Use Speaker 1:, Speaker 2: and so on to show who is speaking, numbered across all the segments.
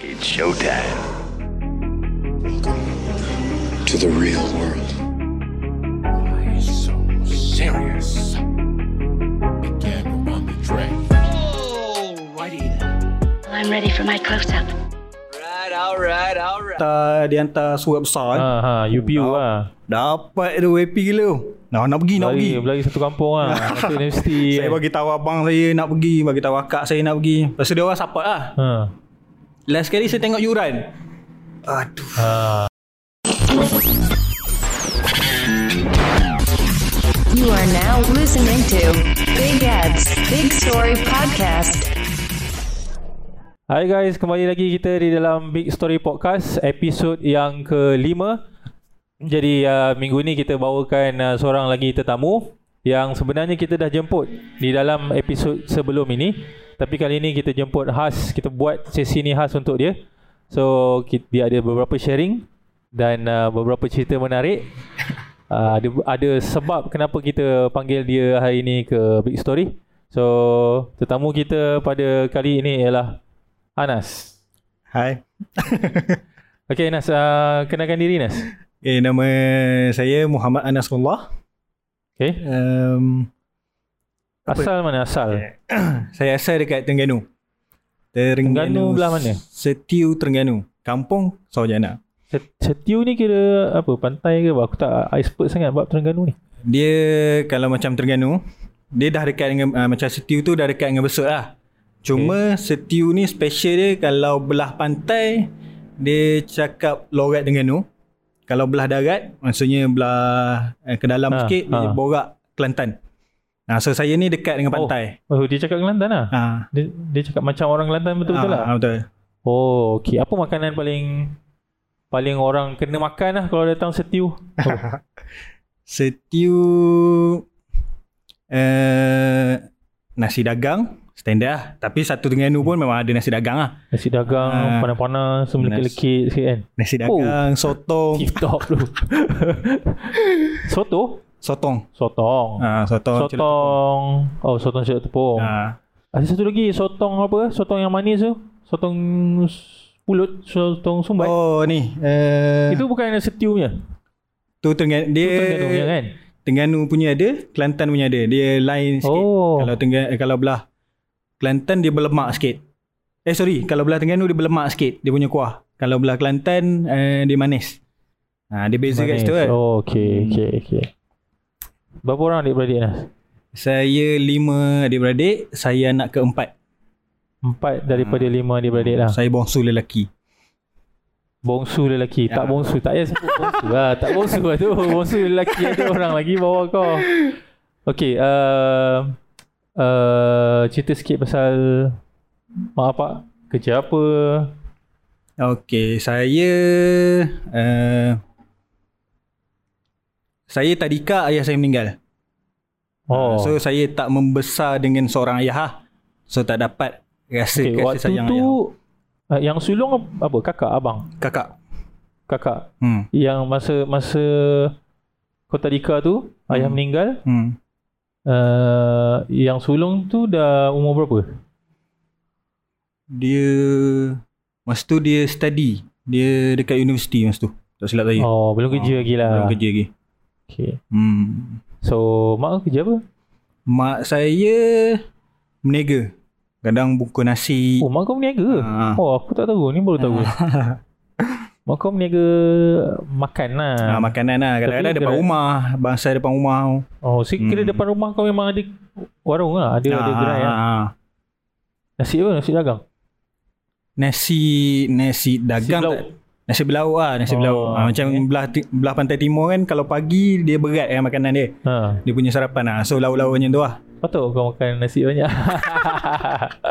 Speaker 1: It's showtime.
Speaker 2: to the real world.
Speaker 3: serious. Again, on the track.
Speaker 4: I'm ready for my close up.
Speaker 5: hantar dia hantar surat besar eh.
Speaker 6: Ha ha UPU lah.
Speaker 5: Dapat tu happy gila. tu. Nah, nak pergi nak
Speaker 6: Lari,
Speaker 5: pergi.
Speaker 6: lari satu kampung lah. Satu universiti.
Speaker 5: Saya bagi tahu abang saya nak pergi, bagi tahu akak saya nak pergi. Lepas tu dia orang support lah.
Speaker 6: Ha.
Speaker 5: Last kali saya tengok yuran. Aduh.
Speaker 6: Ha.
Speaker 7: You are now listening to Big Ads, Big Story Podcast.
Speaker 6: Hai guys, kembali lagi kita di dalam Big Story Podcast episod yang kelima. Jadi uh, minggu ni kita bawakan uh, seorang lagi tetamu yang sebenarnya kita dah jemput di dalam episod sebelum ini. Tapi kali ni kita jemput khas, kita buat sesi ni khas untuk dia. So ki- dia ada beberapa sharing dan uh, beberapa cerita menarik. Uh, ada ada sebab kenapa kita panggil dia hari ini ke Big Story. So tetamu kita pada kali ini ialah Ah, Anas.
Speaker 5: Hai.
Speaker 6: Okay Nas, uh, kenalkan diri Nas.
Speaker 5: Eh, nama saya Muhammad Anasullah.
Speaker 6: Okay.
Speaker 5: Um,
Speaker 6: Asal mana asal?
Speaker 5: saya asal dekat Terengganu. Terengganu,
Speaker 6: Terengganu belah mana?
Speaker 5: Setiu Terengganu. Kampung Saujana.
Speaker 6: Set- Setiu ni kira apa? Pantai ke? apa? Aku tak expert sangat bab Terengganu ni.
Speaker 5: Dia kalau macam Terengganu, dia dah dekat dengan uh, macam setiu tu dah dekat dengan besut lah. Cuma okay. setiu ni special dia kalau belah pantai dia cakap lorat Terengganu. Kalau belah darat maksudnya belah eh, ke dalam
Speaker 6: Ha,
Speaker 5: ha, sikit dia
Speaker 6: ha.
Speaker 5: borak Kelantan. Nah, so saya ni dekat dengan
Speaker 6: Oh,
Speaker 5: pantai.
Speaker 6: Oh, dia cakap Kelantan lah.
Speaker 5: Ha.
Speaker 6: Dia, dia cakap macam orang Kelantan betul-betul
Speaker 5: ha,
Speaker 6: lah.
Speaker 5: ha, Betul.
Speaker 6: Oh, okey. Apa makanan paling paling orang kena makan lah kalau datang Setiu?
Speaker 5: Setiu uh, nasi dagang standard lah. Tapi satu Terengganu pun memang ada nasi dagang lah.
Speaker 6: Nasi dagang,
Speaker 5: Ah.
Speaker 6: panas-panas, melekit-lekit sikit kan.
Speaker 5: Nasi dagang, sotong,
Speaker 6: Tip top dulu. Soto?
Speaker 5: sotong.
Speaker 6: Sotong.
Speaker 5: Ah, sotong.
Speaker 6: Sotong. Oh, sotong celup tepung.
Speaker 5: Ah,
Speaker 6: Ada satu lagi sotong apa? Sotong yang manis tu. Sotong s- pulut, sotong sumbat. Oh.
Speaker 5: oh ni. Uh,
Speaker 6: Itu bukan yang setiu punya.
Speaker 5: tu Terengganu dia
Speaker 6: Itu Terengganu punya kan?
Speaker 5: Terengganu punya ada, Kelantan punya ada. Dia lain sikit.
Speaker 6: Oh.
Speaker 5: Kalau Tenggan eh, kalau belah Kelantan dia berlemak sikit. Eh sorry, kalau belah Terengganu dia berlemak sikit dia punya kuah. Kalau belah Kelantan uh, dia manis. Ah, dia beza kat
Speaker 6: Manis.
Speaker 5: situ kan.
Speaker 6: Oh, okey, okey, okey. Berapa orang adik-beradik Nas?
Speaker 5: Saya lima adik-beradik, saya anak keempat.
Speaker 6: Empat daripada
Speaker 5: Hmm.
Speaker 6: lima adik-beradik lah.
Speaker 5: Saya bongsu lelaki.
Speaker 6: Bongsu lelaki.
Speaker 5: Ya.
Speaker 6: Tak bongsu. Tak payah sebut bongsu lah. Tak bongsu lah tu. Bongsu lelaki. Ada orang lagi bawa kau. Okay. Uh, uh, cerita sikit pasal mak pak. Kerja apa?
Speaker 5: Okey, saya uh, saya tadika ayah saya meninggal.
Speaker 6: Oh.
Speaker 5: So saya tak membesar dengan seorang ayah lah. So tak dapat rasa okay,
Speaker 6: okay,
Speaker 5: kasih
Speaker 6: waktu
Speaker 5: sayang
Speaker 6: tu
Speaker 5: ayah.
Speaker 6: uh, yang sulung apa? Kakak? Abang?
Speaker 5: Kakak.
Speaker 6: Kakak.
Speaker 5: Hmm.
Speaker 6: Yang masa masa Kota Dika tu
Speaker 5: Hmm.
Speaker 6: ayah meninggal.
Speaker 5: Hmm.
Speaker 6: Uh, yang sulung tu dah umur berapa?
Speaker 5: Dia masa tu dia study. Dia dekat universiti masa tu. Tak silap saya.
Speaker 6: Oh, belum kerja lagi lah.
Speaker 5: Eh. Ah, Belum kerja lagi.
Speaker 6: Okay.
Speaker 5: Hmm.
Speaker 6: So, mak kau kerja apa?
Speaker 5: Mak saya meniaga. Kadang buku nasi.
Speaker 6: Oh, mak kau berniaga?
Speaker 5: Ah.
Speaker 6: Oh, aku tak tahu. Ni baru tahu. mak kau berniaga makan lah.
Speaker 5: Ah, makanan lah. Kadang-kadang
Speaker 6: Tapi
Speaker 5: depan
Speaker 6: gerai-
Speaker 5: rumah. Bangsa depan rumah.
Speaker 6: oh, so kira
Speaker 5: Hmm.
Speaker 6: depan rumah kau memang ada warung lah. Ada, ada gerai lah.
Speaker 5: ah.
Speaker 6: Nasi apa? Nasi dagang?
Speaker 5: Nasi nasi dagang
Speaker 6: belauk.
Speaker 5: tak- nasi belauk lah nasi
Speaker 6: Oh,
Speaker 5: belauk ha, macam
Speaker 6: okay.
Speaker 5: belah ti- belah pantai timur kan kalau pagi dia berat eh makanan dia
Speaker 6: Ha.
Speaker 5: dia punya sarapan lah so lauk-lauk macam tu lah
Speaker 6: Patut kau makan nasi banyak.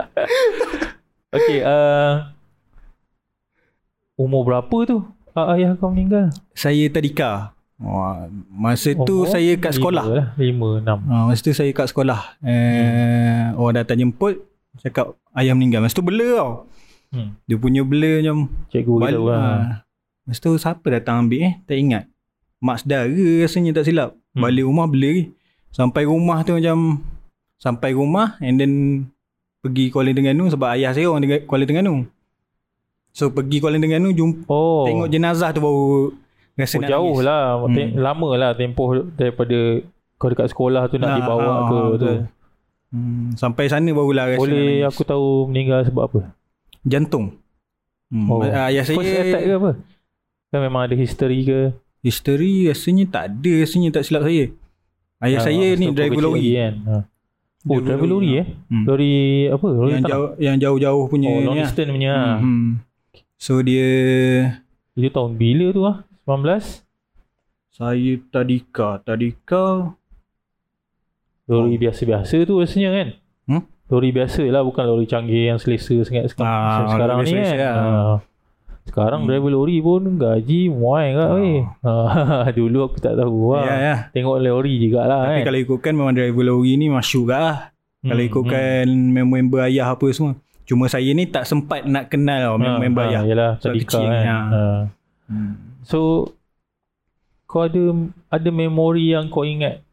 Speaker 6: okay, uh, umur berapa tu uh, ayah kau meninggal?
Speaker 5: saya tadika Wah, masa tu
Speaker 6: Umur
Speaker 5: saya kat sekolah
Speaker 6: Lima, lah, lima enam.
Speaker 5: ha, masa tu saya kat sekolah eh, orang datang jemput cakap ayah meninggal masa tu bela tau
Speaker 6: Hmm.
Speaker 5: dia punya bela macam
Speaker 6: Cikgu kita
Speaker 5: bal-
Speaker 6: orang.
Speaker 5: ah. masa tu siapa datang ambil eh tak ingat mak saudara rasanya tak silap
Speaker 6: Hmm.
Speaker 5: balik rumah bela lagi sampai rumah tu macam sampai rumah and then pergi Kuala Terengganu sebab ayah saya orang Tengga- Kuala Terengganu So pergi Kuala Terengganu jumpa oh.
Speaker 6: Oh.
Speaker 5: tengok jenazah tu baru rasa
Speaker 6: Oh,
Speaker 5: nak
Speaker 6: jauh
Speaker 5: nangis.
Speaker 6: lah hmm. Lama lah tempoh daripada Kau dekat sekolah tu Nak
Speaker 5: Nah,
Speaker 6: dibawa
Speaker 5: ah,
Speaker 6: ke tu
Speaker 5: betul. Hmm, sampai sana barulah rasa nak
Speaker 6: Boleh
Speaker 5: nangis.
Speaker 6: aku tahu Meninggal sebab apa
Speaker 5: jantung. Hmm. Oh. ayah
Speaker 6: Kau attack ke
Speaker 5: saya
Speaker 6: apa Kan memang ada history ke
Speaker 5: history rasanya tak ada rasanya tak silap saya. Ayah
Speaker 6: Ah,
Speaker 5: Ya, saya ni
Speaker 6: masa kau
Speaker 5: driver
Speaker 6: kecil lagi
Speaker 5: lori.
Speaker 6: kan. Ha. Oh
Speaker 5: Driver
Speaker 6: driver
Speaker 5: lori,
Speaker 6: lori eh
Speaker 5: Hmm.
Speaker 6: Lori apa Lori
Speaker 5: Yang
Speaker 6: tanah
Speaker 5: jauh yang jauh-jauh punya
Speaker 6: Oh long
Speaker 5: ni lah.
Speaker 6: distance punya hmm. ha.
Speaker 5: Hmm. So dia
Speaker 6: Itu tahun bila tu ah 19
Speaker 5: saya tadika, tadika
Speaker 6: Lori biasa-biasa tu rasanya kan
Speaker 5: Oh. Hmm?
Speaker 6: Lori biasa lah Bukan lori canggih Yang selesa sangat seka-
Speaker 5: Ah, Hmm.
Speaker 6: Sekarang
Speaker 5: lori
Speaker 6: ni kan
Speaker 5: selesa lah.
Speaker 6: Ah. Sekarang driver lori pun Gaji muai kat weh Ah, Dulu aku tak tahu lah
Speaker 5: Ya, ya.
Speaker 6: Tengok lori jugalah
Speaker 5: Tapi
Speaker 6: kan
Speaker 5: kalau ikutkan memang driver lori ni masyur kat lah. Hmm, kalau ikutkan member-member ayah apa semua. Cuma saya ni tak sempat nak
Speaker 6: Ah,
Speaker 5: kenal tau member-member ayah.
Speaker 6: Yalah
Speaker 5: ya. Sebab
Speaker 6: tadika
Speaker 5: kecil
Speaker 6: kan
Speaker 5: ni,
Speaker 6: ha.
Speaker 5: ah. Hmm.
Speaker 6: So kau ada ada memori yang kau ingat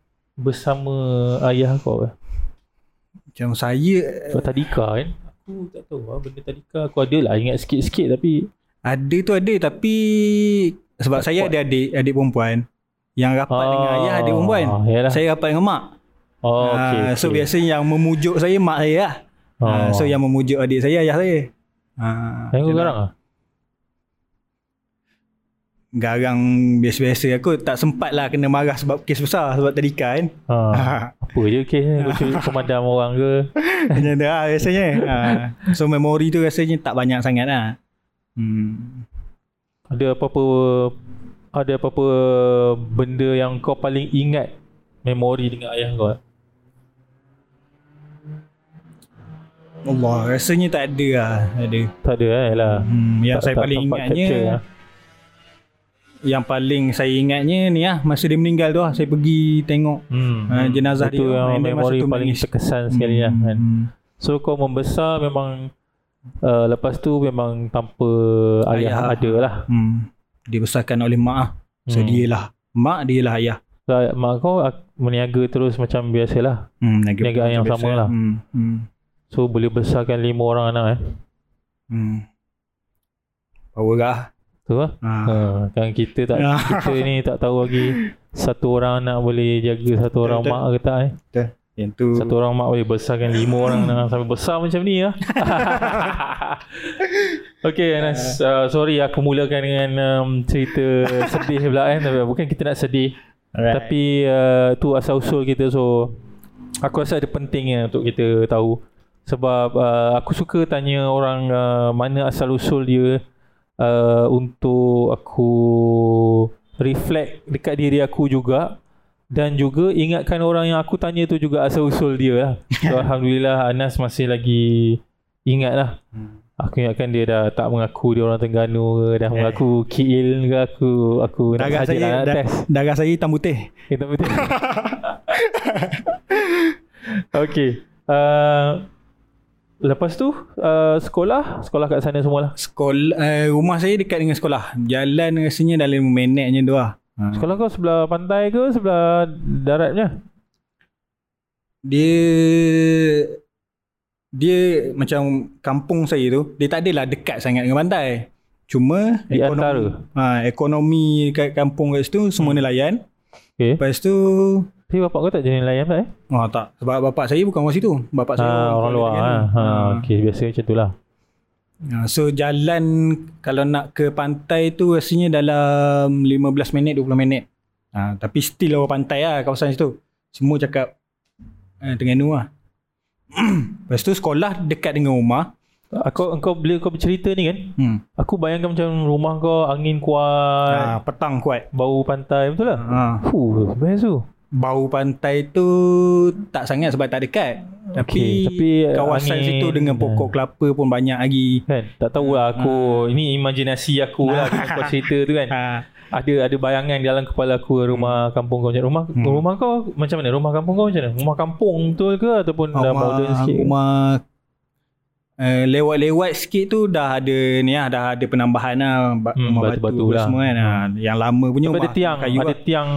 Speaker 6: bersama ayah kau ke?
Speaker 5: Macam saya
Speaker 6: Kau tadika kan? Aku tak tahu lah benda tadika aku ada lah ingat sikit-sikit tapi
Speaker 5: ada tu ada tapi sebab saya ada adik adik perempuan yang rapat oh, dengan ayah adik perempuan.
Speaker 6: Ah, Yalah.
Speaker 5: Saya rapat dengan mak.
Speaker 6: Ah. oh, okay,
Speaker 5: Ah,
Speaker 6: okay.
Speaker 5: so biasanya yang memujuk saya mak saya lah. Ah, so yang memujuk adik saya ayah saya. Ah,
Speaker 6: Yang kau
Speaker 5: macam
Speaker 6: garang ah?
Speaker 5: garang biasa-biasa aku tak sempat lah kena marah sebab kes besar sebab tadika kan.
Speaker 6: Ha.
Speaker 5: Ah.
Speaker 6: Apa je kes ni kau curi pemadam orang ke?
Speaker 5: Macam tu lah rasanya ha. So memori tu rasanya tak banyak sangat lah hmm.
Speaker 6: Ada apa-apa ada apa-apa benda yang kau paling ingat memori dengan ayah kau?
Speaker 5: Allah rasanya tak ada lah Tak ada
Speaker 6: Tak ada eh lah.
Speaker 5: hmm, Yang
Speaker 6: Tak-
Speaker 5: saya
Speaker 6: tak
Speaker 5: paling ya.
Speaker 6: sempat
Speaker 5: ingatnya
Speaker 6: capture lah.
Speaker 5: Yang paling saya ingatnya ni lah Masa dia meninggal tu lah Saya pergi tengok
Speaker 6: Hmm.
Speaker 5: Ah, jenazah
Speaker 6: itu
Speaker 5: dia.
Speaker 6: yang
Speaker 5: And then
Speaker 6: memori
Speaker 5: masa tu
Speaker 6: paling
Speaker 5: menangis.
Speaker 6: terkesan sekali lah kan.
Speaker 5: hmm.
Speaker 6: So kau membesar memang uh, lepas tu memang tanpa
Speaker 5: Ayah.
Speaker 6: ayah, ada lah.
Speaker 5: Hmm. Dibesarkan oleh mak lah So
Speaker 6: Hmm.
Speaker 5: dia lah Mak dia lah ayah
Speaker 6: So, mak kau ak- meniaga terus macam biasalah.
Speaker 5: hmm, naga
Speaker 6: Niaga
Speaker 5: macam
Speaker 6: yang
Speaker 5: biasa.
Speaker 6: sama lah.
Speaker 5: hmm. Hmm.
Speaker 6: So boleh besarkan lima orang anak eh.
Speaker 5: Hmm. Power lah
Speaker 6: Tu lah.
Speaker 5: ha.
Speaker 6: Ha, kan kita tak
Speaker 5: Ah.
Speaker 6: kita ni tak tahu lagi satu orang anak boleh jaga satu orang
Speaker 5: betul.
Speaker 6: mak ke tak eh.
Speaker 5: Yang tu
Speaker 6: Satu orang mak boleh besarkan lima orang anak sampai besar macam ni lah. Okay Anas, uh, sorry aku mulakan dengan um, cerita sedih pula kan. Tapi bukan kita nak sedih.
Speaker 5: Alright.
Speaker 6: Tapi uh, tu asal usul kita so aku rasa ada pentingnya untuk kita tahu sebab uh, aku suka tanya orang uh, mana asal usul dia uh, untuk aku reflect dekat diri aku juga dan juga ingatkan orang yang aku tanya tu juga asal usul dia lah. So alhamdulillah Anas masih lagi ingat lah. Aku ingatkan dia dah tak mengaku dia orang Terengganu ke dah mengaku Kiil ke aku aku nak
Speaker 5: Darah
Speaker 6: saja
Speaker 5: saya
Speaker 6: lah nak
Speaker 5: da-
Speaker 6: test.
Speaker 5: Darah saya hitam putih
Speaker 6: Kita betul. Okey. Uh, lepas tu uh, sekolah, sekolah kat sana lah. semualah.
Speaker 5: Sekolah uh, rumah saya dekat dengan sekolah. Jalan rasanya dalam 5 minitnya tu lah. Ha.
Speaker 6: Sekolah kau sebelah pantai ke sebelah daratnya?
Speaker 5: Dia dia macam kampung saya tu, dia tak adalah dekat sangat dengan pantai. Cuma
Speaker 6: Di antara.
Speaker 5: ha, ekonomi kat kampung kat situ semua nelayan.
Speaker 6: Okey.
Speaker 5: Lepas tu
Speaker 6: Tapi bapak kau tak jadi nelayan tak eh?
Speaker 5: Oh tak Sebab bapak saya bukan orang kan. situ Bapak saya
Speaker 6: Ha, orang luar. Ha.
Speaker 5: ah.
Speaker 6: ha. Okey, biasa macam tu lah.
Speaker 5: ha. So jalan Kalau nak ke pantai tu Rasanya dalam 15 minit 20 minit ha, Tapi still orang pantai lah Kawasan situ Semua cakap eh, Terengganu lah Lepas tu sekolah Dekat dengan rumah
Speaker 6: Aku engkau bila kau bercerita ni kan,
Speaker 5: hmm.
Speaker 6: aku bayangkan macam rumah kau angin
Speaker 5: ha,
Speaker 6: kuat,
Speaker 5: Petang kuat
Speaker 6: bau pantai betul lah.
Speaker 5: ha.
Speaker 6: Fuh, best tu.
Speaker 5: Bau pantai tu Tak sangat sebab tak dekat
Speaker 6: Okey,
Speaker 5: Tapi,
Speaker 6: tapi, eh,
Speaker 5: Kawasan
Speaker 6: angin.
Speaker 5: situ dengan pokok kelapa pun banyak lagi
Speaker 6: Kan? Tak tahulah aku ini imaginasi aku lah bila kau cerita tu kan.
Speaker 5: ha.
Speaker 6: ada ada bayangan dalam kepala aku rumah kampung kau macam rumah hmm. rumah kau macam mana rumah kampung kau macam mana rumah kampung betul ke ataupun dah modern sikit ke?
Speaker 5: rumah uh, lewat-lewat sikit tu dah ada ni lah, dah ada penambahan lah ba-
Speaker 6: Hmm,
Speaker 5: rumah batu,
Speaker 6: batu-batu
Speaker 5: batu
Speaker 6: lah.
Speaker 5: semua kan. Ah, yang lama punya
Speaker 6: Tapi ada tiang
Speaker 5: kayu
Speaker 6: ada
Speaker 5: lah.
Speaker 6: tiang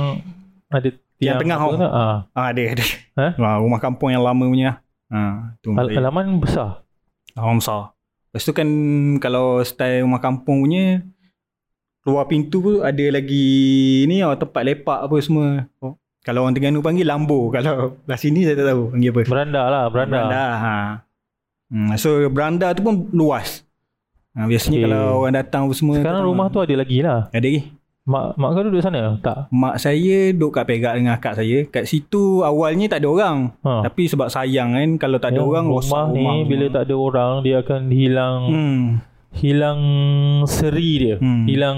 Speaker 6: ada tiang
Speaker 5: tengah
Speaker 6: apa
Speaker 5: kau.
Speaker 6: tu? ah
Speaker 5: Ah, ada ada. Ah,
Speaker 6: Ha?
Speaker 5: Ha? rumah kampung yang lama punya. lah. Ha, tu
Speaker 6: Al-
Speaker 5: Al-
Speaker 6: halaman besar
Speaker 5: Halaman besar. Lepas tu kan kalau style rumah kampung punya keluar pintu tu ada lagi ni oh, tempat lepak apa semua. Oh. Kalau orang Terengganu panggil lambo. Kalau lah sini saya tak tahu panggil apa.
Speaker 6: Beranda lah, beranda.
Speaker 5: Beranda. Ha. Hmm, so beranda tu pun luas. Ha, biasanya
Speaker 6: Okay.
Speaker 5: okay. kalau orang datang apa semua
Speaker 6: Sekarang rumah tu ada lagi lah.
Speaker 5: ada lagi.
Speaker 6: Mak mak kau duduk sana? Tak.
Speaker 5: Mak saya duduk kat Perak dengan akak saya. Kat situ awalnya tak ada orang.
Speaker 6: Ha.
Speaker 5: Tapi sebab sayang kan kalau tak ada
Speaker 6: Yang
Speaker 5: orang rosak
Speaker 6: Ya, rumah ni
Speaker 5: rumah
Speaker 6: bila tak ada orang dia akan hilang
Speaker 5: hmm.
Speaker 6: hilang seri dia.
Speaker 5: Hmm.
Speaker 6: Hilang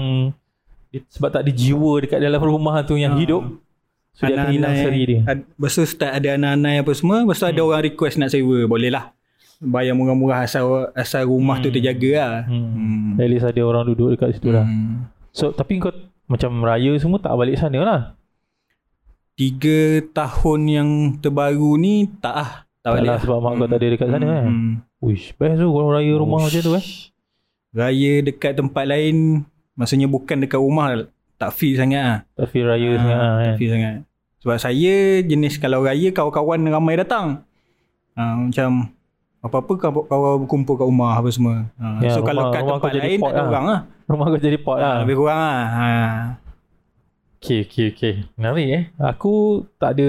Speaker 6: dia- sebab tak ada jiwa dekat dalam rumah tu
Speaker 5: Ha.
Speaker 6: yang hidup. So dia akan hilang
Speaker 5: Anak-anak-
Speaker 6: seri dia. Hmm.
Speaker 5: ad- Lepas tu start ada anak-anak apa semua Lepas tu ada orang request nak sewa Boleh lah Bayar murah-murah asal, asal rumah tu terjaga lah
Speaker 6: Hmm. At least ada orang duduk dekat situ lah.
Speaker 5: Hmm.
Speaker 6: So tapi kau macam raya semua tak balik sana lah.
Speaker 5: Tiga tahun yang terbaru ni Tak lah Tak
Speaker 6: Tak
Speaker 5: balik
Speaker 6: lah sebab mak kau tak ada dekat sana kan.
Speaker 5: Hmm.
Speaker 6: Uish, best tu kalau raya rumah macam tu eh.
Speaker 5: Raya dekat tempat lain Maksudnya bukan dekat rumah Tak feel sangat lah
Speaker 6: Tapi raya
Speaker 5: Ah,
Speaker 6: sangat lah kan.
Speaker 5: Feel sangat Sebab saya jenis kalau raya kawan-kawan ramai datang ha, Macam apa-apa kau kau berkumpul kat rumah apa semua. Ha,
Speaker 6: Ya,
Speaker 5: so
Speaker 6: rumah-
Speaker 5: kalau kat
Speaker 6: rumah
Speaker 5: tempat
Speaker 6: kau jadi
Speaker 5: lain tak
Speaker 6: pot
Speaker 5: ada
Speaker 6: lah.
Speaker 5: orang lah.
Speaker 6: Rumah kau jadi pot lah.
Speaker 5: Ha, lebih kurang lah. Ha.
Speaker 6: Okay, okay, okay. Menarik eh. Aku tak ada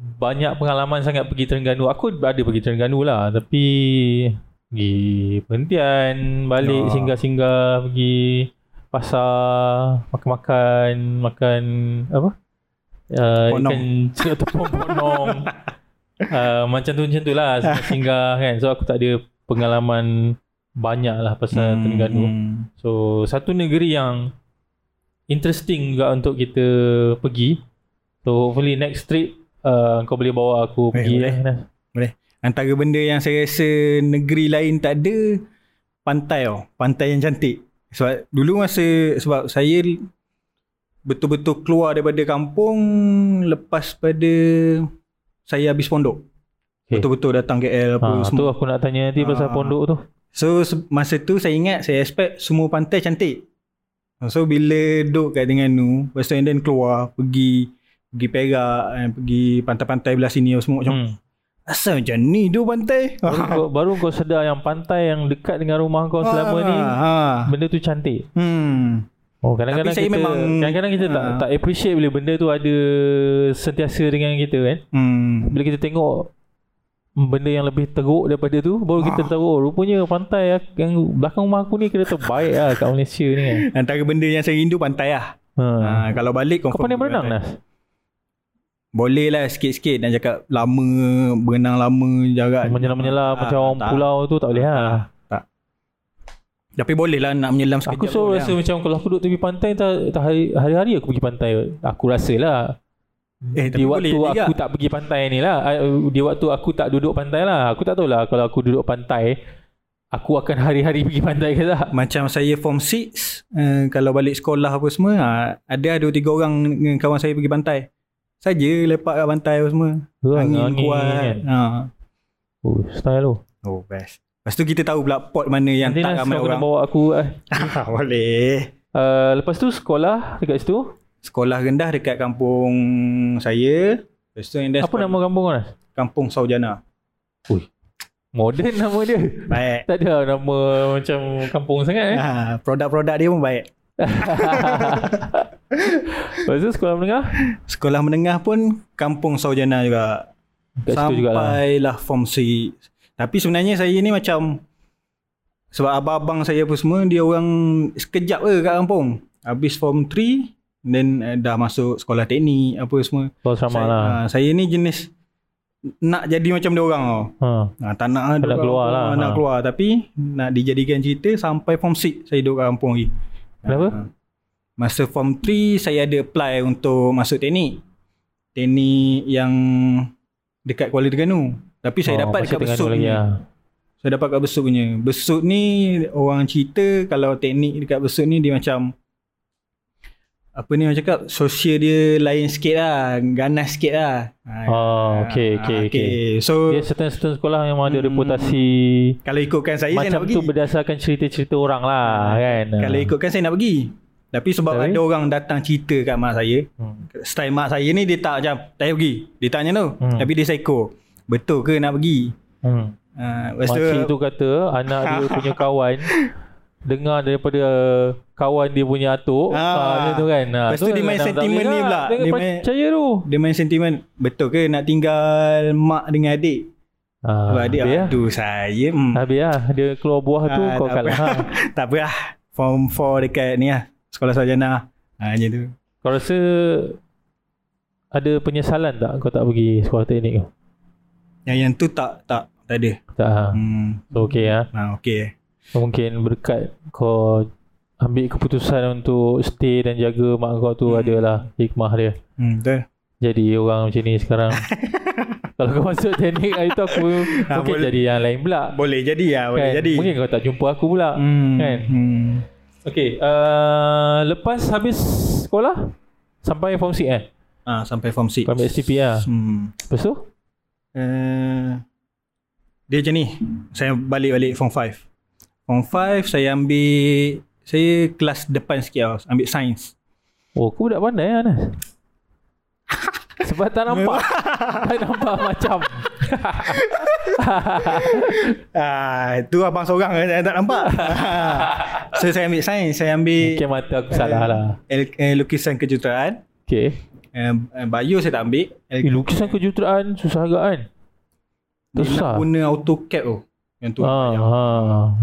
Speaker 6: banyak pengalaman sangat pergi Terengganu. Aku ada pergi Terengganu lah. Tapi pergi pendian,
Speaker 5: Ya.
Speaker 6: balik singgah-singgah, pergi pasar, makan-makan, makan apa? Uh,
Speaker 5: Ponong.
Speaker 6: Ikan cina tepung ponong. uh, macam tu macam tu lah singgah kan. So aku tak ada pengalaman banyak lah pasal hmm, Terengganu.
Speaker 5: hmm.
Speaker 6: So satu negeri yang interesting juga untuk kita pergi. So hopefully next trip uh, kau boleh bawa aku
Speaker 5: Eh,
Speaker 6: pergi
Speaker 5: boleh.
Speaker 6: eh. Nas.
Speaker 5: Antara benda yang saya rasa negeri lain tak ada pantai tau. Pantai yang cantik. Sebab dulu masa sebab saya betul-betul keluar daripada kampung lepas pada saya habis pondok.
Speaker 6: Okay.
Speaker 5: Betul-betul datang KL apa
Speaker 6: Ha,
Speaker 5: semua.
Speaker 6: tu aku nak tanya nanti pasal
Speaker 5: Ah.
Speaker 6: pondok tu.
Speaker 5: So se- masa tu saya ingat saya expect semua pantai cantik. So bila duduk kat Terengganu, lepas tu and then keluar pergi pergi Perak, eh, pergi pantai-pantai belah sini semua macam
Speaker 6: Hmm.
Speaker 5: asal macam ni dua pantai.
Speaker 6: Baru, kau, baru kau sedar yang pantai yang dekat dengan rumah kau selama ni
Speaker 5: Ha.
Speaker 6: benda tu cantik.
Speaker 5: Hmm.
Speaker 6: Oh kadang-kadang
Speaker 5: saya
Speaker 6: kita
Speaker 5: memang-
Speaker 6: kadang-kadang kita tak
Speaker 5: Ah.
Speaker 6: tak appreciate bila benda tu ada sentiasa dengan kita kan.
Speaker 5: Hmm.
Speaker 6: Bila kita tengok benda yang lebih teruk daripada tu
Speaker 5: Ah.
Speaker 6: baru kita tahu oh, rupanya pantai yang belakang rumah aku ni kena terbaik lah kat Malaysia ni kan.
Speaker 5: Antara benda yang saya rindu pantai lah.
Speaker 6: Ha.
Speaker 5: Ha, kalau balik
Speaker 6: Kau pandai berenang
Speaker 5: lah?
Speaker 6: Nas?
Speaker 5: Boleh lah sikit-sikit nak cakap lama, berenang lama, jarak.
Speaker 6: Menyelam-menyelam
Speaker 5: Ah,
Speaker 6: macam orang
Speaker 5: tak.
Speaker 6: pulau tu tak boleh lah.
Speaker 5: Tapi boleh lah nak menyelam sekejap.
Speaker 6: Aku selalu
Speaker 5: boleh
Speaker 6: rasa
Speaker 5: lah.
Speaker 6: macam kalau aku duduk tepi pantai tak, tak hari- hari-hari aku pergi pantai. Aku rasa lah
Speaker 5: eh,
Speaker 6: di waktu
Speaker 5: juga.
Speaker 6: aku tak pergi pantai ni lah. I- Di waktu aku tak duduk pantai lah. Aku tak tahulah kalau aku duduk pantai aku akan hari-hari pergi pantai ke tak.
Speaker 5: Macam saya form 6 uh, Kalau balik sekolah apa semua uh, Ada ada tiga orang dengan kawan saya pergi pantai Saja lepak kat pantai apa semua
Speaker 6: Tu lah,
Speaker 5: Angin, kuat
Speaker 6: kan.
Speaker 5: ha.
Speaker 6: Oh, style tu.
Speaker 5: Oh best Lepas tu kita tahu pula pot mana yang
Speaker 6: Nanti
Speaker 5: tak
Speaker 6: Nas
Speaker 5: ramai
Speaker 6: kau kena
Speaker 5: orang
Speaker 6: bawa aku eh,
Speaker 5: Boleh
Speaker 6: Uh, lepas tu sekolah dekat situ.
Speaker 5: Sekolah rendah dekat kampung saya Lepas tu yang dah
Speaker 6: Apa nama kampung kau Nas?
Speaker 5: Kampung Saujana
Speaker 6: Modern nama dia.
Speaker 5: Baik
Speaker 6: Tak ada nama macam kampung sangat eh.
Speaker 5: ha, Produk-produk dia pun baik
Speaker 6: Lepas tu sekolah menengah.
Speaker 5: Sekolah menengah pun Kampung Saujana juga
Speaker 6: Dekat situ jugalah.
Speaker 5: Sampailah form 6 Tapi sebenarnya saya ni macam Sebab abang-abang saya pun semua Dia orang sekejap je kat kampung Habis form 3 Then uh, dah masuk sekolah teknik Apa semua
Speaker 6: Sekolah sama
Speaker 5: saya,
Speaker 6: lah.
Speaker 5: ah, saya ni jenis Nak jadi macam dia orang tau
Speaker 6: Ha.
Speaker 5: ha, Tak nak lah
Speaker 6: Tak
Speaker 5: duduk
Speaker 6: nak
Speaker 5: kat
Speaker 6: keluar
Speaker 5: kampung,
Speaker 6: lah,
Speaker 5: Nak
Speaker 6: ha.
Speaker 5: keluar Tapi nak dijadikan cerita Sampai form 6 Saya duduk kat kampung lagi
Speaker 6: Kenapa?
Speaker 5: Ah. Masa form 3 Saya ada apply untuk Masuk teknik Teknik yang Dekat Kuala Terengganu Tapi Eh, saya
Speaker 6: Oh,
Speaker 5: dapat dekat
Speaker 6: masih Terengganu
Speaker 5: Besut
Speaker 6: lagi
Speaker 5: punya.
Speaker 6: lah.
Speaker 5: Saya dapat kat Besut punya Besut ni Orang cerita Kalau teknik dekat Besut ni Dia macam apa ni orang cakap Sosial dia lain sikit lah Ganas sikit lah Ah,
Speaker 6: Oh, okay, okay,
Speaker 5: ah,
Speaker 6: okay.
Speaker 5: So
Speaker 6: Dia certain-certain sekolah yang ada
Speaker 5: Hmm.
Speaker 6: reputasi
Speaker 5: kalau ikutkan saya saya
Speaker 6: macam
Speaker 5: nak pergi. Ah,
Speaker 6: tu berdasarkan cerita-cerita orang lah kan.
Speaker 5: Kalau ikutkan saya nak pergi. Tapi sebab
Speaker 6: Tapi?
Speaker 5: ada orang datang cerita kat mak saya,
Speaker 6: Hmm.
Speaker 5: style mak saya ni dia tak macam tak payah pergi. Dia tanya tu.
Speaker 6: Hmm.
Speaker 5: Tapi dia psycho. Betul ke nak pergi?
Speaker 6: Hmm.
Speaker 5: Uh, lepas tu,
Speaker 6: Makcik tu kata anak dia punya kawan dengar daripada kawan dia punya
Speaker 5: Ah.
Speaker 6: atuk. Ah, macam tu kan. Ah,
Speaker 5: Lepas tu dia main
Speaker 6: tak- tak
Speaker 5: sentimen
Speaker 6: boleh
Speaker 5: ni
Speaker 6: nak.
Speaker 5: pula.
Speaker 6: Dia,
Speaker 5: Dia main-
Speaker 6: percaya tu.
Speaker 5: dia main sentimen betul ke nak tinggal mak dengan adik?
Speaker 6: Ah,
Speaker 5: Sebab adik
Speaker 6: habis,
Speaker 5: aduh saya
Speaker 6: lah.
Speaker 5: hmm,
Speaker 6: habis lah. Dia keluar buah tu
Speaker 5: Ah,
Speaker 6: kau
Speaker 5: tak
Speaker 6: kalah.
Speaker 5: apa.
Speaker 6: Ha.
Speaker 5: tak apa lah. Form 4 dekat ni lah. Sekolah sarjana. Ha, macam tu.
Speaker 6: Kau rasa ada penyesalan tak kau tak pergi sekolah teknik tu?
Speaker 5: Yang yang tu tak tak tak ada.
Speaker 6: Tak ha.
Speaker 5: Hmm.
Speaker 6: So okay ha.
Speaker 5: Ha, okay.
Speaker 6: Mungkin berkat kau ambil keputusan untuk stay dan jaga mak kau tu
Speaker 5: Hmm.
Speaker 6: adalah hikmah dia.
Speaker 5: Hmm, betul.
Speaker 6: jadi orang macam ni sekarang kalau kau masuk teknik hari tu aku
Speaker 5: Ah,
Speaker 6: mungkin
Speaker 5: boleh.
Speaker 6: jadi yang lain pula
Speaker 5: Boleh jadi lah. Boleh
Speaker 6: kan?
Speaker 5: jadi.
Speaker 6: mungkin kau tak jumpa aku pula hmm.
Speaker 5: Hmm.
Speaker 6: kan?
Speaker 5: Hmm.
Speaker 6: okey uh, lepas habis sekolah sampai form 6 eh
Speaker 5: Ah, sampai form 6.
Speaker 6: kau ambil STP lah
Speaker 5: Hmm.
Speaker 6: lepas tu
Speaker 5: Uh, dia macam ni. Saya balik-balik form 5. Form 5 saya ambil saya kelas depan sikit lah. Ambil sains.
Speaker 6: oh aku budak pandai lah Anas sebab tak nampak tak nampak macam
Speaker 5: Ah, tu abang seorang saya tak nampak. Ah. so saya ambil sains, saya ambil
Speaker 6: mungkin mata aku salah lah
Speaker 5: el- eh, lukisan kejuruteraan.
Speaker 6: okey
Speaker 5: Eh, eh, bio saya tak ambil.
Speaker 6: eh,
Speaker 5: El-
Speaker 6: lukisan kejuruteraan susah agak kan
Speaker 5: dia nak
Speaker 6: susah
Speaker 5: guna AutoCAD tu. Yang tu.
Speaker 6: ha, ha.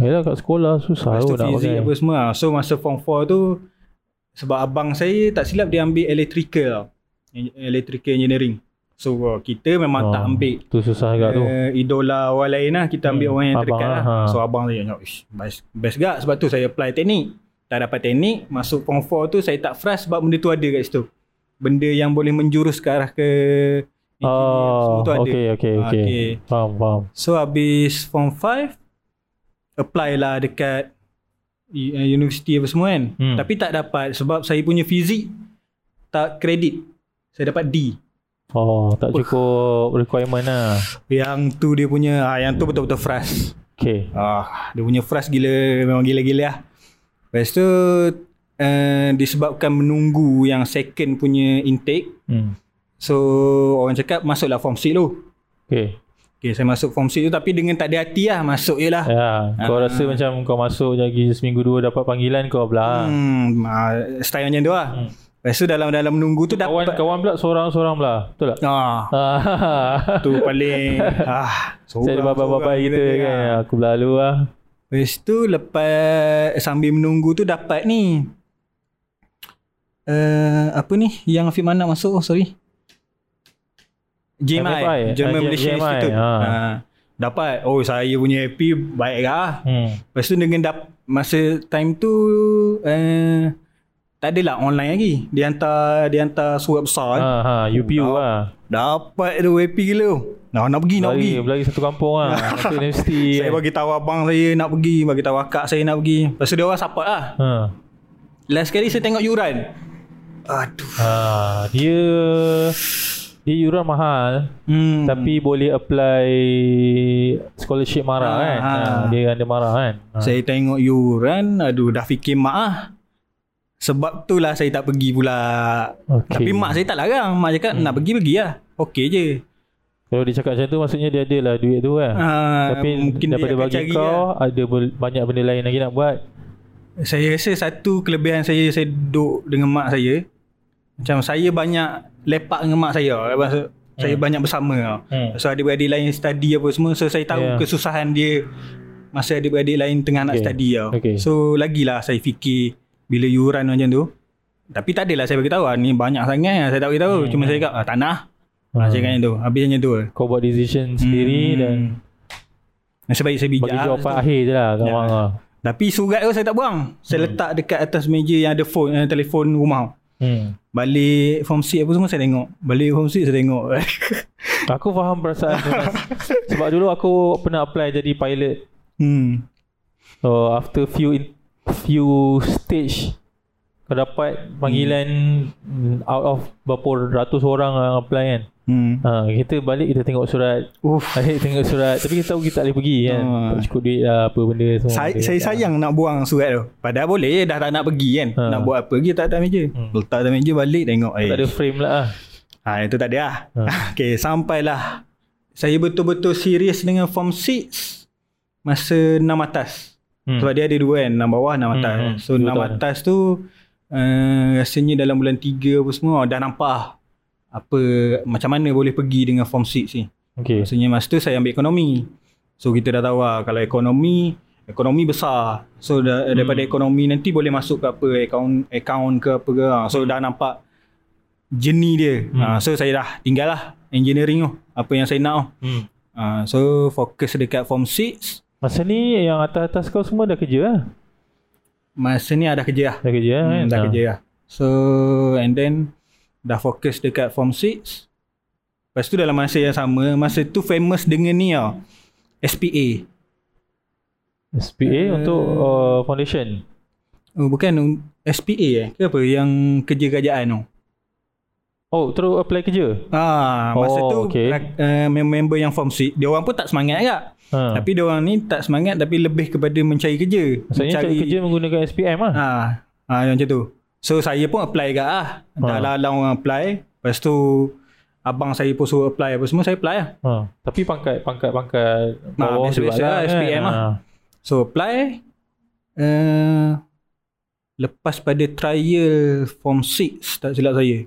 Speaker 6: Yelah kat sekolah
Speaker 5: Lepas
Speaker 6: susah
Speaker 5: tu
Speaker 6: tu nak
Speaker 5: fizik
Speaker 6: pakai.
Speaker 5: apa semua lah. So masa form 4 tu Sebab abang saya tak silap dia ambil electrical tau En- Electrical engineering So uh, kita memang oh. tak ambil
Speaker 6: Ah. Tu susah agak tu.
Speaker 5: uh, Idola orang lain lah Kita ambil
Speaker 6: Hmm,
Speaker 5: hmm. orang yang
Speaker 6: abang
Speaker 5: terdekat
Speaker 6: lah,
Speaker 5: lah,
Speaker 6: ha.
Speaker 5: So abang saya cakap "Ish, Best, best gak Sebab tu saya apply teknik Tak dapat teknik Masuk form 4 tu saya tak frust Sebab benda tu ada kat situ Benda yang boleh menjurus ke arah ke engineer,
Speaker 6: Oh, okey okey
Speaker 5: Ah,
Speaker 6: okey.
Speaker 5: okey.
Speaker 6: Faham faham.
Speaker 5: So habis form 5 apply lah dekat u- uh, universiti apa semua kan.
Speaker 6: Hmm.
Speaker 5: Hmm. Tapi tak dapat sebab saya punya fizik tak kredit. Saya dapat D.
Speaker 6: Oh, tak cukup requirement lah.
Speaker 5: Yang tu dia punya ah yang tu betul-betul frust.
Speaker 6: Okey.
Speaker 5: Ah dia punya frust gila memang gila-gila lah. Lepas tu uh, disebabkan menunggu yang second punya intake.
Speaker 6: Hmm.
Speaker 5: So orang cakap masuklah form 6 tu.
Speaker 6: Okey.
Speaker 5: Okay, saya masuk form 6 tu tapi dengan tak ada hati lah masuk je lah.
Speaker 6: Ya, kau
Speaker 5: Ah.
Speaker 6: rasa macam kau masuk lagi seminggu dua dapat panggilan kau belah.
Speaker 5: Hmm, ah, style macam tu lah.
Speaker 6: Hmm.
Speaker 5: Hmm. Lepas tu dalam dalam menunggu tu
Speaker 6: Kawan
Speaker 5: dapat.
Speaker 6: kawan pula seorang-seorang belah. Betul tak?
Speaker 5: Ah,
Speaker 6: Ah.
Speaker 5: tu paling ah,
Speaker 6: Saya ada babai-babai kita kan. Aku belah lu lah.
Speaker 5: Lepas tu lepas sambil menunggu tu dapat ni. Uh, apa ni yang Afiq Manak masuk oh, sorry.
Speaker 6: MFI,
Speaker 5: JMI,
Speaker 6: ah,
Speaker 5: German Malaysia
Speaker 6: JMI,
Speaker 5: Institute.
Speaker 6: ah.
Speaker 5: Ah, dapat. Oh, saya punya happy baik lah.
Speaker 6: Hmm.
Speaker 5: Lepas tu dengan dap, masa time tu uh, tak adalah online lagi. Dia hantar dia hantar surat besar.
Speaker 6: Ha
Speaker 5: Ha.
Speaker 6: ha, UPU
Speaker 5: Dah.
Speaker 6: lah.
Speaker 5: Dapat tu happy gila. tu. Nah, nak pergi, nak pergi.
Speaker 6: Lagi lagi satu kampung lah. Satu universiti.
Speaker 5: Saya bagi tahu abang saya nak pergi, bagi tahu akak saya nak pergi. Lepas tu dia orang support lah.
Speaker 6: Ha.
Speaker 5: Last kali saya tengok yuran. Aduh.
Speaker 6: Ah, dia dia yuran mahal
Speaker 5: Hmm.
Speaker 6: hmm. tapi boleh apply scholarship marah
Speaker 5: Ah,
Speaker 6: kan.
Speaker 5: ah.
Speaker 6: Ah, dia ada marah kan. Ah.
Speaker 5: Saya tengok yuran, aduh dah fikir mak ah. Sebab tu lah saya tak pergi pula.
Speaker 6: Okey. Hmm.
Speaker 5: Tapi mak saya tak larang. Mak cakap nak pergi pergi lah. Okey je.
Speaker 6: Kalau dia cakap macam tu maksudnya dia ada lah duit tu kan.
Speaker 5: Ah,
Speaker 6: tapi
Speaker 5: mungkin dia
Speaker 6: daripada
Speaker 5: akan
Speaker 6: bagi
Speaker 5: cari
Speaker 6: kau
Speaker 5: lah.
Speaker 6: ada bel- banyak benda lain lagi nak buat.
Speaker 5: Saya rasa satu kelebihan saya saya duduk dengan mak saya. Macam saya banyak lepak dengan mak saya. Maksud, Saya banyak bersama.
Speaker 6: Hmm.
Speaker 5: Hmm. So adik-beradik lain study apa semua. So saya tahu
Speaker 6: Yeah.
Speaker 5: yeah. kesusahan dia masa adik-beradik lain tengah nak
Speaker 6: Okay.
Speaker 5: study tau.
Speaker 6: Okay.
Speaker 5: So lagilah saya fikir bila yuran macam tu. Tapi tak adalah saya beritahu ah ni banyak sangat saya tak beritahu. Cuma saya cakap ah, tanah. Hmm. Saya cakap macam tu. Habis macam tu.
Speaker 6: Kau buat decision sendiri
Speaker 5: Hmm.
Speaker 6: dan
Speaker 5: nasib baik saya bijak.
Speaker 6: bagi jawapan
Speaker 5: lepas tu.
Speaker 6: akhir je lah kat
Speaker 5: Ya.
Speaker 6: orang lah.
Speaker 5: Tapi surat tu saya tak buang. Saya letak dekat atas meja yang ada phone, eh, telefon rumah.
Speaker 6: Hmm.
Speaker 5: Balik form 6 apa semua saya tengok. Balik form 6 saya tengok.
Speaker 6: Aku faham perasaan tu. Nas. Sebab dulu aku pernah apply jadi pilot
Speaker 5: hmm.
Speaker 6: So after few in, few stage kau dapat panggilan hmm. out of berapa ratus orang yang apply kan.
Speaker 5: Hmm.
Speaker 6: Ha, kita balik kita tengok surat.
Speaker 5: Uff.
Speaker 6: Balik tengok surat. Tapi kita tahu kita tak boleh pergi kan.
Speaker 5: Ah.
Speaker 6: Tak cukup duit lah apa benda semua.
Speaker 5: Saya,
Speaker 6: Dia
Speaker 5: saya
Speaker 6: tak-
Speaker 5: sayang nak buang surat tu. Padahal boleh je dah tak nak pergi kan.
Speaker 6: lah. Ha.
Speaker 5: Ha. Nak buat apa pergi tak atas meja.
Speaker 6: Hmm.
Speaker 5: Hmm. Letak atas meja balik tengok. Eh.
Speaker 6: Tak ada frame lah.
Speaker 5: Ha, itu tak ada lah.
Speaker 6: Ha.
Speaker 5: Ha. okay, sampailah saya betul-betul serius dengan form 6 masa 6 atas. Hmm. Sebab dia ada dua kan, 6 bawah, 6 atas.
Speaker 6: hmm.
Speaker 5: Hmm. So
Speaker 6: Betul
Speaker 5: 6
Speaker 6: ada.
Speaker 5: atas tu uh, rasanya dalam bulan 3 apa semua oh, dah nampak ah, apa macam mana boleh pergi dengan form 6 ni.
Speaker 6: Okay.
Speaker 5: Maksudnya masa tu saya ambil ekonomi. So kita dah tahu lah kalau ekonomi ekonomi besar. So da, hmm. daripada ekonomi nanti boleh masuk ke apa account account ke apa ke. Ah, So dah nampak jenis dia. Hmm. so saya dah tinggal lah engineering tu. Apa yang saya nak tu.
Speaker 6: Hmm.
Speaker 5: Ah, so fokus dekat form 6.
Speaker 6: Masa ni yang atas-atas kau semua dah kerja lah.
Speaker 5: Masa ni ada kerja lah.
Speaker 6: Dah kerja lah kan?
Speaker 5: Hmm, dah
Speaker 6: Ah.
Speaker 5: kerja lah. So and then dah fokus dekat form 6. Lepas tu dalam masa yang sama, masa tu famous dengan ni tau. SPA.
Speaker 6: SPA untuk uh, foundation.
Speaker 5: Oh, bukan un- SPA eh ke apa yang kerja kerajaan tu.
Speaker 6: Oh, terus apply kerja.
Speaker 5: Ah, masa
Speaker 6: Oh,
Speaker 5: tu
Speaker 6: okay.
Speaker 5: uh, member yang form 6, dia orang pun tak semangat agak.
Speaker 6: Ha.
Speaker 5: Tapi dia orang ni tak semangat tapi lebih kepada mencari kerja.
Speaker 6: Maksudnya cari, kerja menggunakan SPM lah. Ha.
Speaker 5: Ah, ah yang macam tu. So saya pun apply agak ah. Dah
Speaker 6: Ah.
Speaker 5: lalang orang apply. Lepas tu abang saya pun suruh apply apa semua saya apply lah.
Speaker 6: ha. Tapi pangkat pangkat pangkat
Speaker 5: Nah,
Speaker 6: bawah
Speaker 5: biasa-biasa
Speaker 6: juga
Speaker 5: lah, SPM lah.
Speaker 6: Ha.
Speaker 5: So apply uh, lepas pada trial form 6 tak silap saya.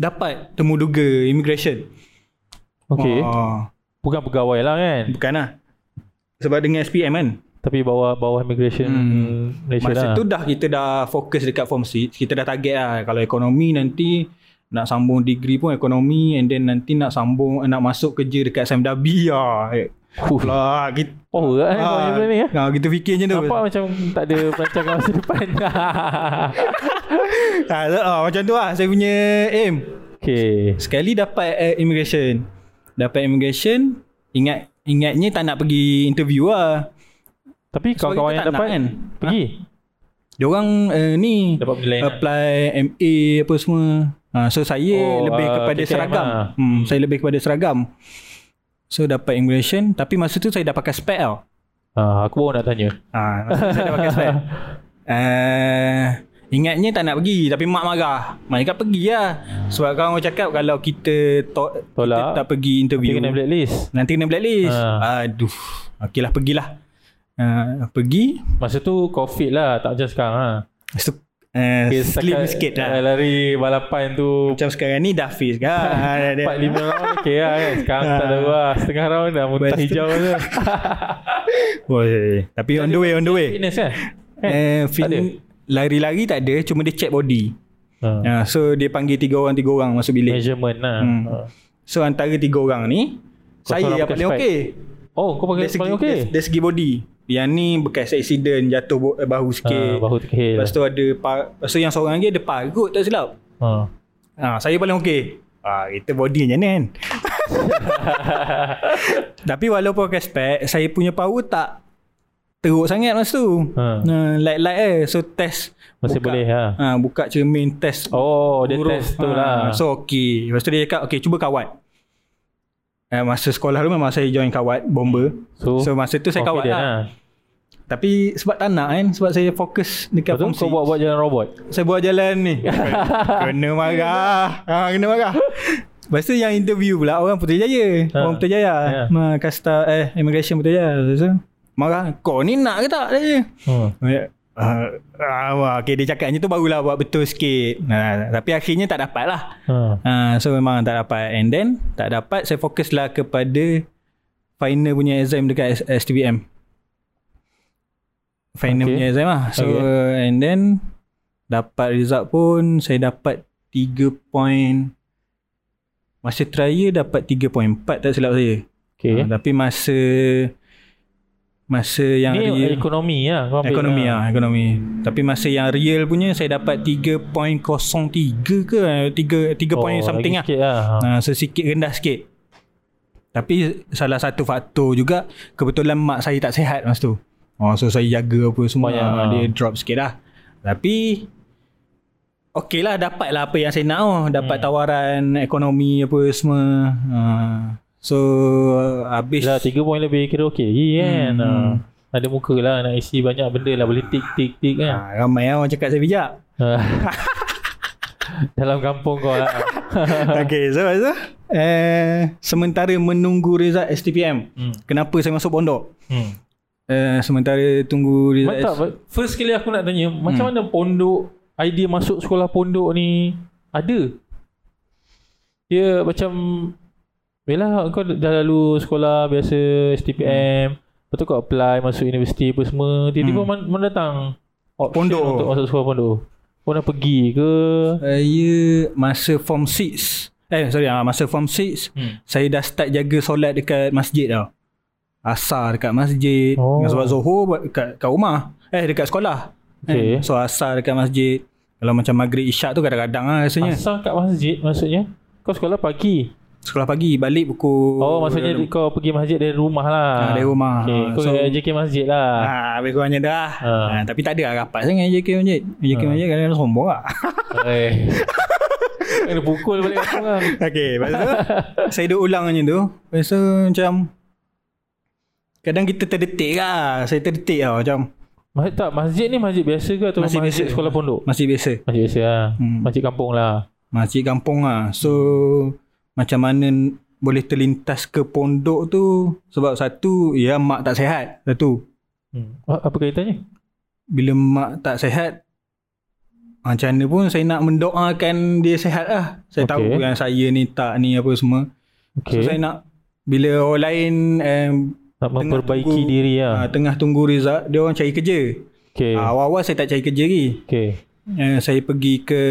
Speaker 5: Dapat temuduga immigration.
Speaker 6: Okay.
Speaker 5: Oh,
Speaker 6: Bukan pegawai lah kan.
Speaker 5: bukan lah. Sebab dengan SPM kan.
Speaker 6: Tapi bawah bawah immigration
Speaker 5: Hmm.
Speaker 6: Malaysia
Speaker 5: Masa
Speaker 6: lah.
Speaker 5: tu dah kita dah fokus dekat form 6. Kita dah target lah. Kalau ekonomi nanti nak sambung degree pun ekonomi and then nanti nak sambung nak masuk kerja dekat Sam Dhabi lah. Eh,
Speaker 6: Huh.
Speaker 5: Lah, kita,
Speaker 6: Oh, lah, eh, kau macam ni ya.
Speaker 5: ah, kita fikir macam tu.
Speaker 6: Nampak macam tak ada perancangan masa depan.
Speaker 5: Ah, ah, macam tu lah saya punya aim.
Speaker 6: okay.
Speaker 5: Sekali dapat uh, immigration. Dapat immigration, ingat ingatnya tak nak pergi interview lah.
Speaker 6: Tapi
Speaker 5: Sebab
Speaker 6: kawan-kawan
Speaker 5: kita
Speaker 6: yang
Speaker 5: tak
Speaker 6: dapat
Speaker 5: nak kan?
Speaker 6: pergi.
Speaker 5: Diorang uh, ni
Speaker 6: Dapat penilaian.
Speaker 5: apply MA apa semua. Ha, so saya oh,
Speaker 6: Oh,
Speaker 5: lebih
Speaker 6: ah,
Speaker 5: kepada
Speaker 6: KKM
Speaker 5: seragam.
Speaker 6: lah.
Speaker 5: Hmm, saya lebih kepada seragam. So dapat immigration tapi masa tu saya dah pakai spek tau.
Speaker 6: Ah, aku baru nak tanya.
Speaker 5: Ha, masa tu saya dah pakai spek. Uh, ingatnya tak nak pergi tapi mak marah. Mak cakap pergi lah. Sebab kawan cakap kalau kita, to-
Speaker 6: Tolak.
Speaker 5: kita tak pergi
Speaker 6: Dia
Speaker 5: interview.
Speaker 6: kena blacklist.
Speaker 5: Nanti kena blacklist.
Speaker 6: Ha.
Speaker 5: Ha. Aduh. Okeylah pergilah. Uh, pergi.
Speaker 6: Masa tu COVID lah, tak macam sekarang ha.
Speaker 5: Lepas tu uh,
Speaker 6: Okay,
Speaker 5: slim
Speaker 6: setakat,
Speaker 5: sikit dah.
Speaker 6: eh, Lari balapan tu
Speaker 5: Macam sekarang ni dah face kan.
Speaker 6: 4-5 round okay lah kan Sekarang
Speaker 5: Ah.
Speaker 6: tak tahu lah Setengah round dah muntah
Speaker 5: Best.
Speaker 6: hijau tu
Speaker 5: Oh, eh, eh. Tapi on the way, on the way.
Speaker 6: Fitness kan
Speaker 5: Eh, fin-
Speaker 6: ada?
Speaker 5: lari-lari tak ada, cuma dia check body.
Speaker 6: ha.
Speaker 5: Ha, so dia panggil tiga orang tiga orang masuk bilik.
Speaker 6: Measurement lah
Speaker 5: Hmm.
Speaker 6: Ha.
Speaker 5: So antara tiga orang ni
Speaker 6: Kau
Speaker 5: saya
Speaker 6: seorang
Speaker 5: yang
Speaker 6: pakai
Speaker 5: paling
Speaker 6: spike.
Speaker 5: okey.
Speaker 6: Oh kau pakai
Speaker 5: Dari
Speaker 6: segi,
Speaker 5: segi,
Speaker 6: paling okay
Speaker 5: dari, dari segi body. Yang ni bekas accident jatuh bo- eh, bahu sikit.
Speaker 6: ha, Bahu terkehil
Speaker 5: Lepas tu ada par- lepas tu yang seorang lagi ada parut tak silap.
Speaker 6: ha.
Speaker 5: Ha, saya paling okey. Ha, kita body macam ni kan. Tapi walaupun pakai spek, saya punya power tak teruk sangat masa tu.
Speaker 6: Ha.
Speaker 5: Ha. light-light eh. So test.
Speaker 6: Masih boleh, ha.
Speaker 5: ha. Buka cermin test.
Speaker 6: Oh dia test tu
Speaker 5: Ha,
Speaker 6: lah
Speaker 5: So okey. Lepas tu dia cakap, okey cuba kawat. Eh, masa sekolah tu memang saya join kawat, bomber.
Speaker 6: So,
Speaker 5: So, masa tu saya kawat
Speaker 6: confident
Speaker 5: lah. Tapi sebab tak nak kan, sebab saya fokus dekat
Speaker 6: Lepas tu
Speaker 5: form
Speaker 6: kau
Speaker 5: six.
Speaker 6: buat-buat jalan robot
Speaker 5: Saya buat jalan ni Kena marah ha, Kena marah Lepas tu yang interview pula Orang Putrajaya
Speaker 6: Ha.
Speaker 5: ha. Orang Putrajaya
Speaker 6: Ya.
Speaker 5: yeah. Kasta eh, Immigration Putrajaya Lepas tu Marah Kau ni nak ke tak Dia
Speaker 6: hmm.
Speaker 5: uh, uh, Okay dia cakap macam tu Barulah buat betul sikit ha, Tapi akhirnya tak dapat lah
Speaker 6: ha.
Speaker 5: ha, So memang tak dapat And then Tak dapat Saya fokus lah kepada Final punya exam Dekat S- STBM Final
Speaker 6: Okay.
Speaker 5: okay. punya exam lah So okay. and then Dapat result pun Saya dapat 3 point Masa trial dapat 3.4 tak silap saya
Speaker 6: Okay
Speaker 5: ha, Tapi masa Masa yang
Speaker 6: Ni
Speaker 5: real
Speaker 6: ekonomi lah kau ambil
Speaker 5: Ekonomi
Speaker 6: lah.
Speaker 5: lah Ekonomi Tapi masa yang real punya Saya dapat 3.03 ke 3, 3
Speaker 6: Oh,
Speaker 5: point something lah
Speaker 6: lagi sikit lah ha.
Speaker 5: ha, So sikit rendah sikit Tapi salah satu faktor juga Kebetulan mak saya tak sihat masa tu oh, So saya jaga apa semua
Speaker 6: Banyak,
Speaker 5: Banyak,
Speaker 6: ha.
Speaker 5: Dia drop sikit lah Tapi Okey lah dapat lah apa yang saya nak oh. Dapat hmm. tawaran ekonomi apa semua ha. So habis
Speaker 6: Lah tiga poin lebih kira okey lagi kan
Speaker 5: Hmm,
Speaker 6: ha.
Speaker 5: hmm.
Speaker 6: Ada muka lah nak isi banyak benda lah Boleh tik tik tik kan
Speaker 5: ha, Ramai lah orang cakap saya bijak
Speaker 6: Ah. Dalam kampung kau lah
Speaker 5: Okay so masa eh, sementara menunggu result STPM. Hmm. Kenapa saya masuk pondok?
Speaker 6: Hmm.
Speaker 5: Eh, sementara tunggu result
Speaker 6: Tak,
Speaker 5: S-
Speaker 6: first sekali aku nak tanya, hmm. macam mana pondok, idea masuk sekolah pondok ni ada? Dia macam, yelah kau dah lalu sekolah biasa STPM, hmm. lepas tu kau apply masuk universiti apa semua, tiba-tiba hmm. mana, mana datang option
Speaker 5: Pondok.
Speaker 6: untuk masuk sekolah pondok? Kau nak pergi ke?
Speaker 5: Saya masa form 6 Eh sorry ah, Masa form 6
Speaker 6: Hmm.
Speaker 5: Saya dah start jaga solat dekat masjid tau Asar dekat masjid
Speaker 6: Oh.
Speaker 5: oh. Sebab Zohor buat dekat, dekat rumah Eh dekat sekolah eh,
Speaker 6: Okay.
Speaker 5: So asar dekat masjid Kalau macam maghrib isyak tu kadang-kadang lah rasanya As-
Speaker 6: Asal kat masjid maksudnya? Kau sekolah pagi?
Speaker 5: Sekolah pagi balik pukul
Speaker 6: Oh, maksudnya kau pergi masjid dari rumah lah.
Speaker 5: ya, Ah, dari rumah.
Speaker 6: Okay,
Speaker 5: Ah,
Speaker 6: kau
Speaker 5: so-
Speaker 6: so, JK masjid lah.
Speaker 5: Ha, lebih kurangnya dah ha.
Speaker 6: Ah.
Speaker 5: Ha, Tapi tak ada lah rapat sangat JK Masjid JK Masjid kadang-kadang sombong lah
Speaker 6: Eh. Kena pukul balik kat orang.
Speaker 5: Okay Lepas tu Saya duduk ulang macam tu Lepas tu macam Kadang kita terdetik lah Saya terdetik lah macam
Speaker 6: Mas, tak, masjid ni masjid biasa ke atau
Speaker 5: Masjid
Speaker 6: masjid, masjid
Speaker 5: biasa.
Speaker 6: sekolah pondok?
Speaker 5: Masih biasa
Speaker 6: Masjid biasa lah. Hmm.
Speaker 5: Hmm.
Speaker 6: Masjid kampung lah.
Speaker 5: Masih kampung lah So Macam mana Boleh terlintas ke pondok tu Sebab satu Ya mak tak sehat Satu
Speaker 6: Hmm. A- Apa kaitannya?
Speaker 5: Bila mak tak sehat Macam mana pun Saya nak mendoakan Dia sehat lah Saya okay. tahu
Speaker 6: Okay.
Speaker 5: yang saya ni tak ni apa semua
Speaker 6: Okay.
Speaker 5: So saya nak Bila orang lain um,
Speaker 6: nak memperbaiki
Speaker 5: tunggu-
Speaker 6: diri lah.
Speaker 5: uh, Tengah tunggu result Dia orang cari kerja
Speaker 6: okay.
Speaker 5: Ah, awal-awal saya tak cari kerja lagi.
Speaker 6: okay.
Speaker 5: Eh, saya pergi ke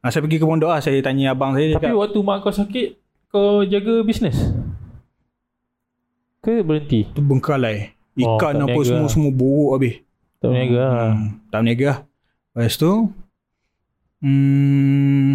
Speaker 5: ah, saya pergi ke pondok lah. Saya tanya abang saya
Speaker 6: Tapi
Speaker 5: cakap,
Speaker 6: waktu mak kau sakit, kau jaga bisnes? Ke berhenti?
Speaker 5: tu bengkalai.
Speaker 6: Oh, tak
Speaker 5: Ikan apa
Speaker 6: berniaga
Speaker 5: semua
Speaker 6: lah."
Speaker 5: semua buruk habis.
Speaker 6: Tak berniaga lah.
Speaker 5: Hmm, tak berniaga lah. Lepas tu hmm,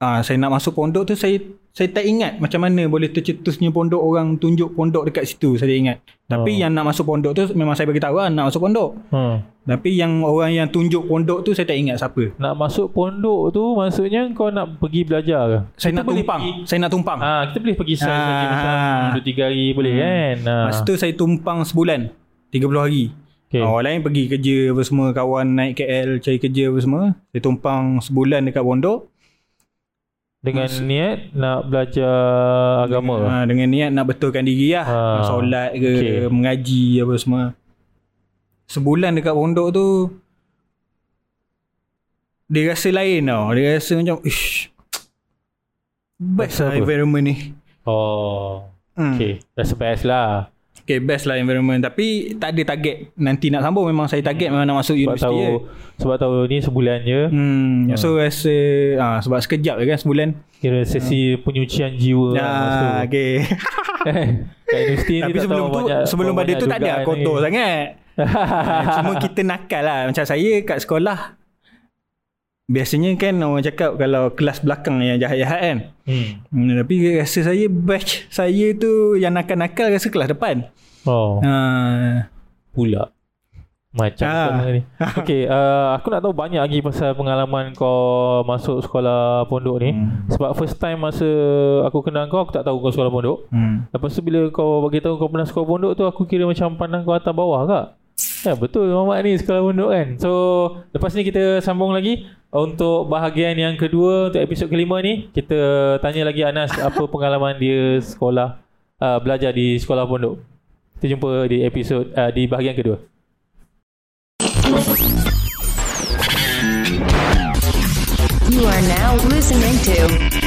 Speaker 5: ah, saya nak masuk pondok tu saya saya tak ingat macam mana boleh tercetusnya pondok orang tunjuk pondok dekat situ saya tak ingat. Tapi
Speaker 6: Oh.
Speaker 5: yang nak masuk pondok tu memang saya bagi tahu lah nak masuk pondok.
Speaker 6: Hmm.
Speaker 5: Tapi yang orang yang tunjuk pondok tu saya tak ingat siapa.
Speaker 6: Nak masuk pondok tu maksudnya kau nak pergi belajar ke?
Speaker 5: Saya nak
Speaker 6: boleh
Speaker 5: tumpang.
Speaker 6: pergi-
Speaker 5: Saya nak tumpang.
Speaker 6: Ah, kita boleh pergi saiz lagi
Speaker 5: Ah. Hmm.
Speaker 6: macam 2 3 hari boleh kan. Ah.
Speaker 5: Masa tu saya tumpang sebulan 30 hari
Speaker 6: Okey.
Speaker 5: okay. Orang lain pergi kerja apa semua Kawan naik KL cari kerja apa semua Saya tumpang sebulan dekat pondok
Speaker 6: Dengan niat nak belajar agama.
Speaker 5: ha, Dengan niat nak betulkan diri lah
Speaker 6: Ha.
Speaker 5: ha. Solat ke
Speaker 6: Okey.
Speaker 5: Mengaji apa semua Sebulan dekat pondok tu Dia rasa lain tau Dia rasa macam Ish Best
Speaker 6: Rasa
Speaker 5: lah
Speaker 6: apa?
Speaker 5: environment ni
Speaker 6: Oh.
Speaker 5: Hmm.
Speaker 6: Okay. That's the best lah.
Speaker 5: Okay best lah environment Tapi tak ada target Nanti nak sambung Memang saya target Memang nak masuk
Speaker 6: Hmm.
Speaker 5: universiti
Speaker 6: Sebab tahu
Speaker 5: je.
Speaker 6: sebab tahu ni sebulan je
Speaker 5: Hmm, so rasa ah sebab sekejap je kan sebulan.
Speaker 6: kira
Speaker 5: Hmm.
Speaker 6: sesi penyucian jiwa lah masa
Speaker 5: Ah,
Speaker 6: tu.
Speaker 5: okey.
Speaker 6: Kat universiti ni
Speaker 5: Tapi
Speaker 6: tak tahu
Speaker 5: sebelum tu
Speaker 6: banyak,
Speaker 5: sebelum
Speaker 6: tahu
Speaker 5: pada
Speaker 6: banyak
Speaker 5: tu tak ada
Speaker 6: dugaan
Speaker 5: kotor
Speaker 6: ni.
Speaker 5: sangat. Ah, Cuma kita nakal lah Macam saya kat sekolah Biasanya kan orang cakap Kalau kelas belakang yang jahat-jahat kan
Speaker 6: Hmm.
Speaker 5: hmm, Tapi rasa saya batch Saya tu yang nakal-nakal Rasa kelas depan
Speaker 6: Oh,
Speaker 5: ah,
Speaker 6: pula. Macam
Speaker 5: Ah.
Speaker 6: ah. ni. Okey, uh, aku nak tahu banyak lagi pasal pengalaman kau masuk sekolah pondok ni. Hmm. Sebab first time masa aku kenal kau, aku tak tahu kau sekolah pondok.
Speaker 5: hmm.
Speaker 6: Lepas tu bila kau bagi tahu kau pernah sekolah pondok tu aku kira macam pandang kau atas bawah kak. Ya betul mamak ni sekolah pondok kan. So lepas ni kita sambung lagi untuk bahagian yang kedua untuk episod kelima ni kita tanya lagi Anas apa pengalaman dia sekolah uh, belajar di sekolah pondok. Kita jumpa di episod uh, di bahagian kedua.
Speaker 7: You are now listening to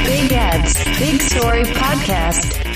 Speaker 7: Big Ads, Big Story Podcast.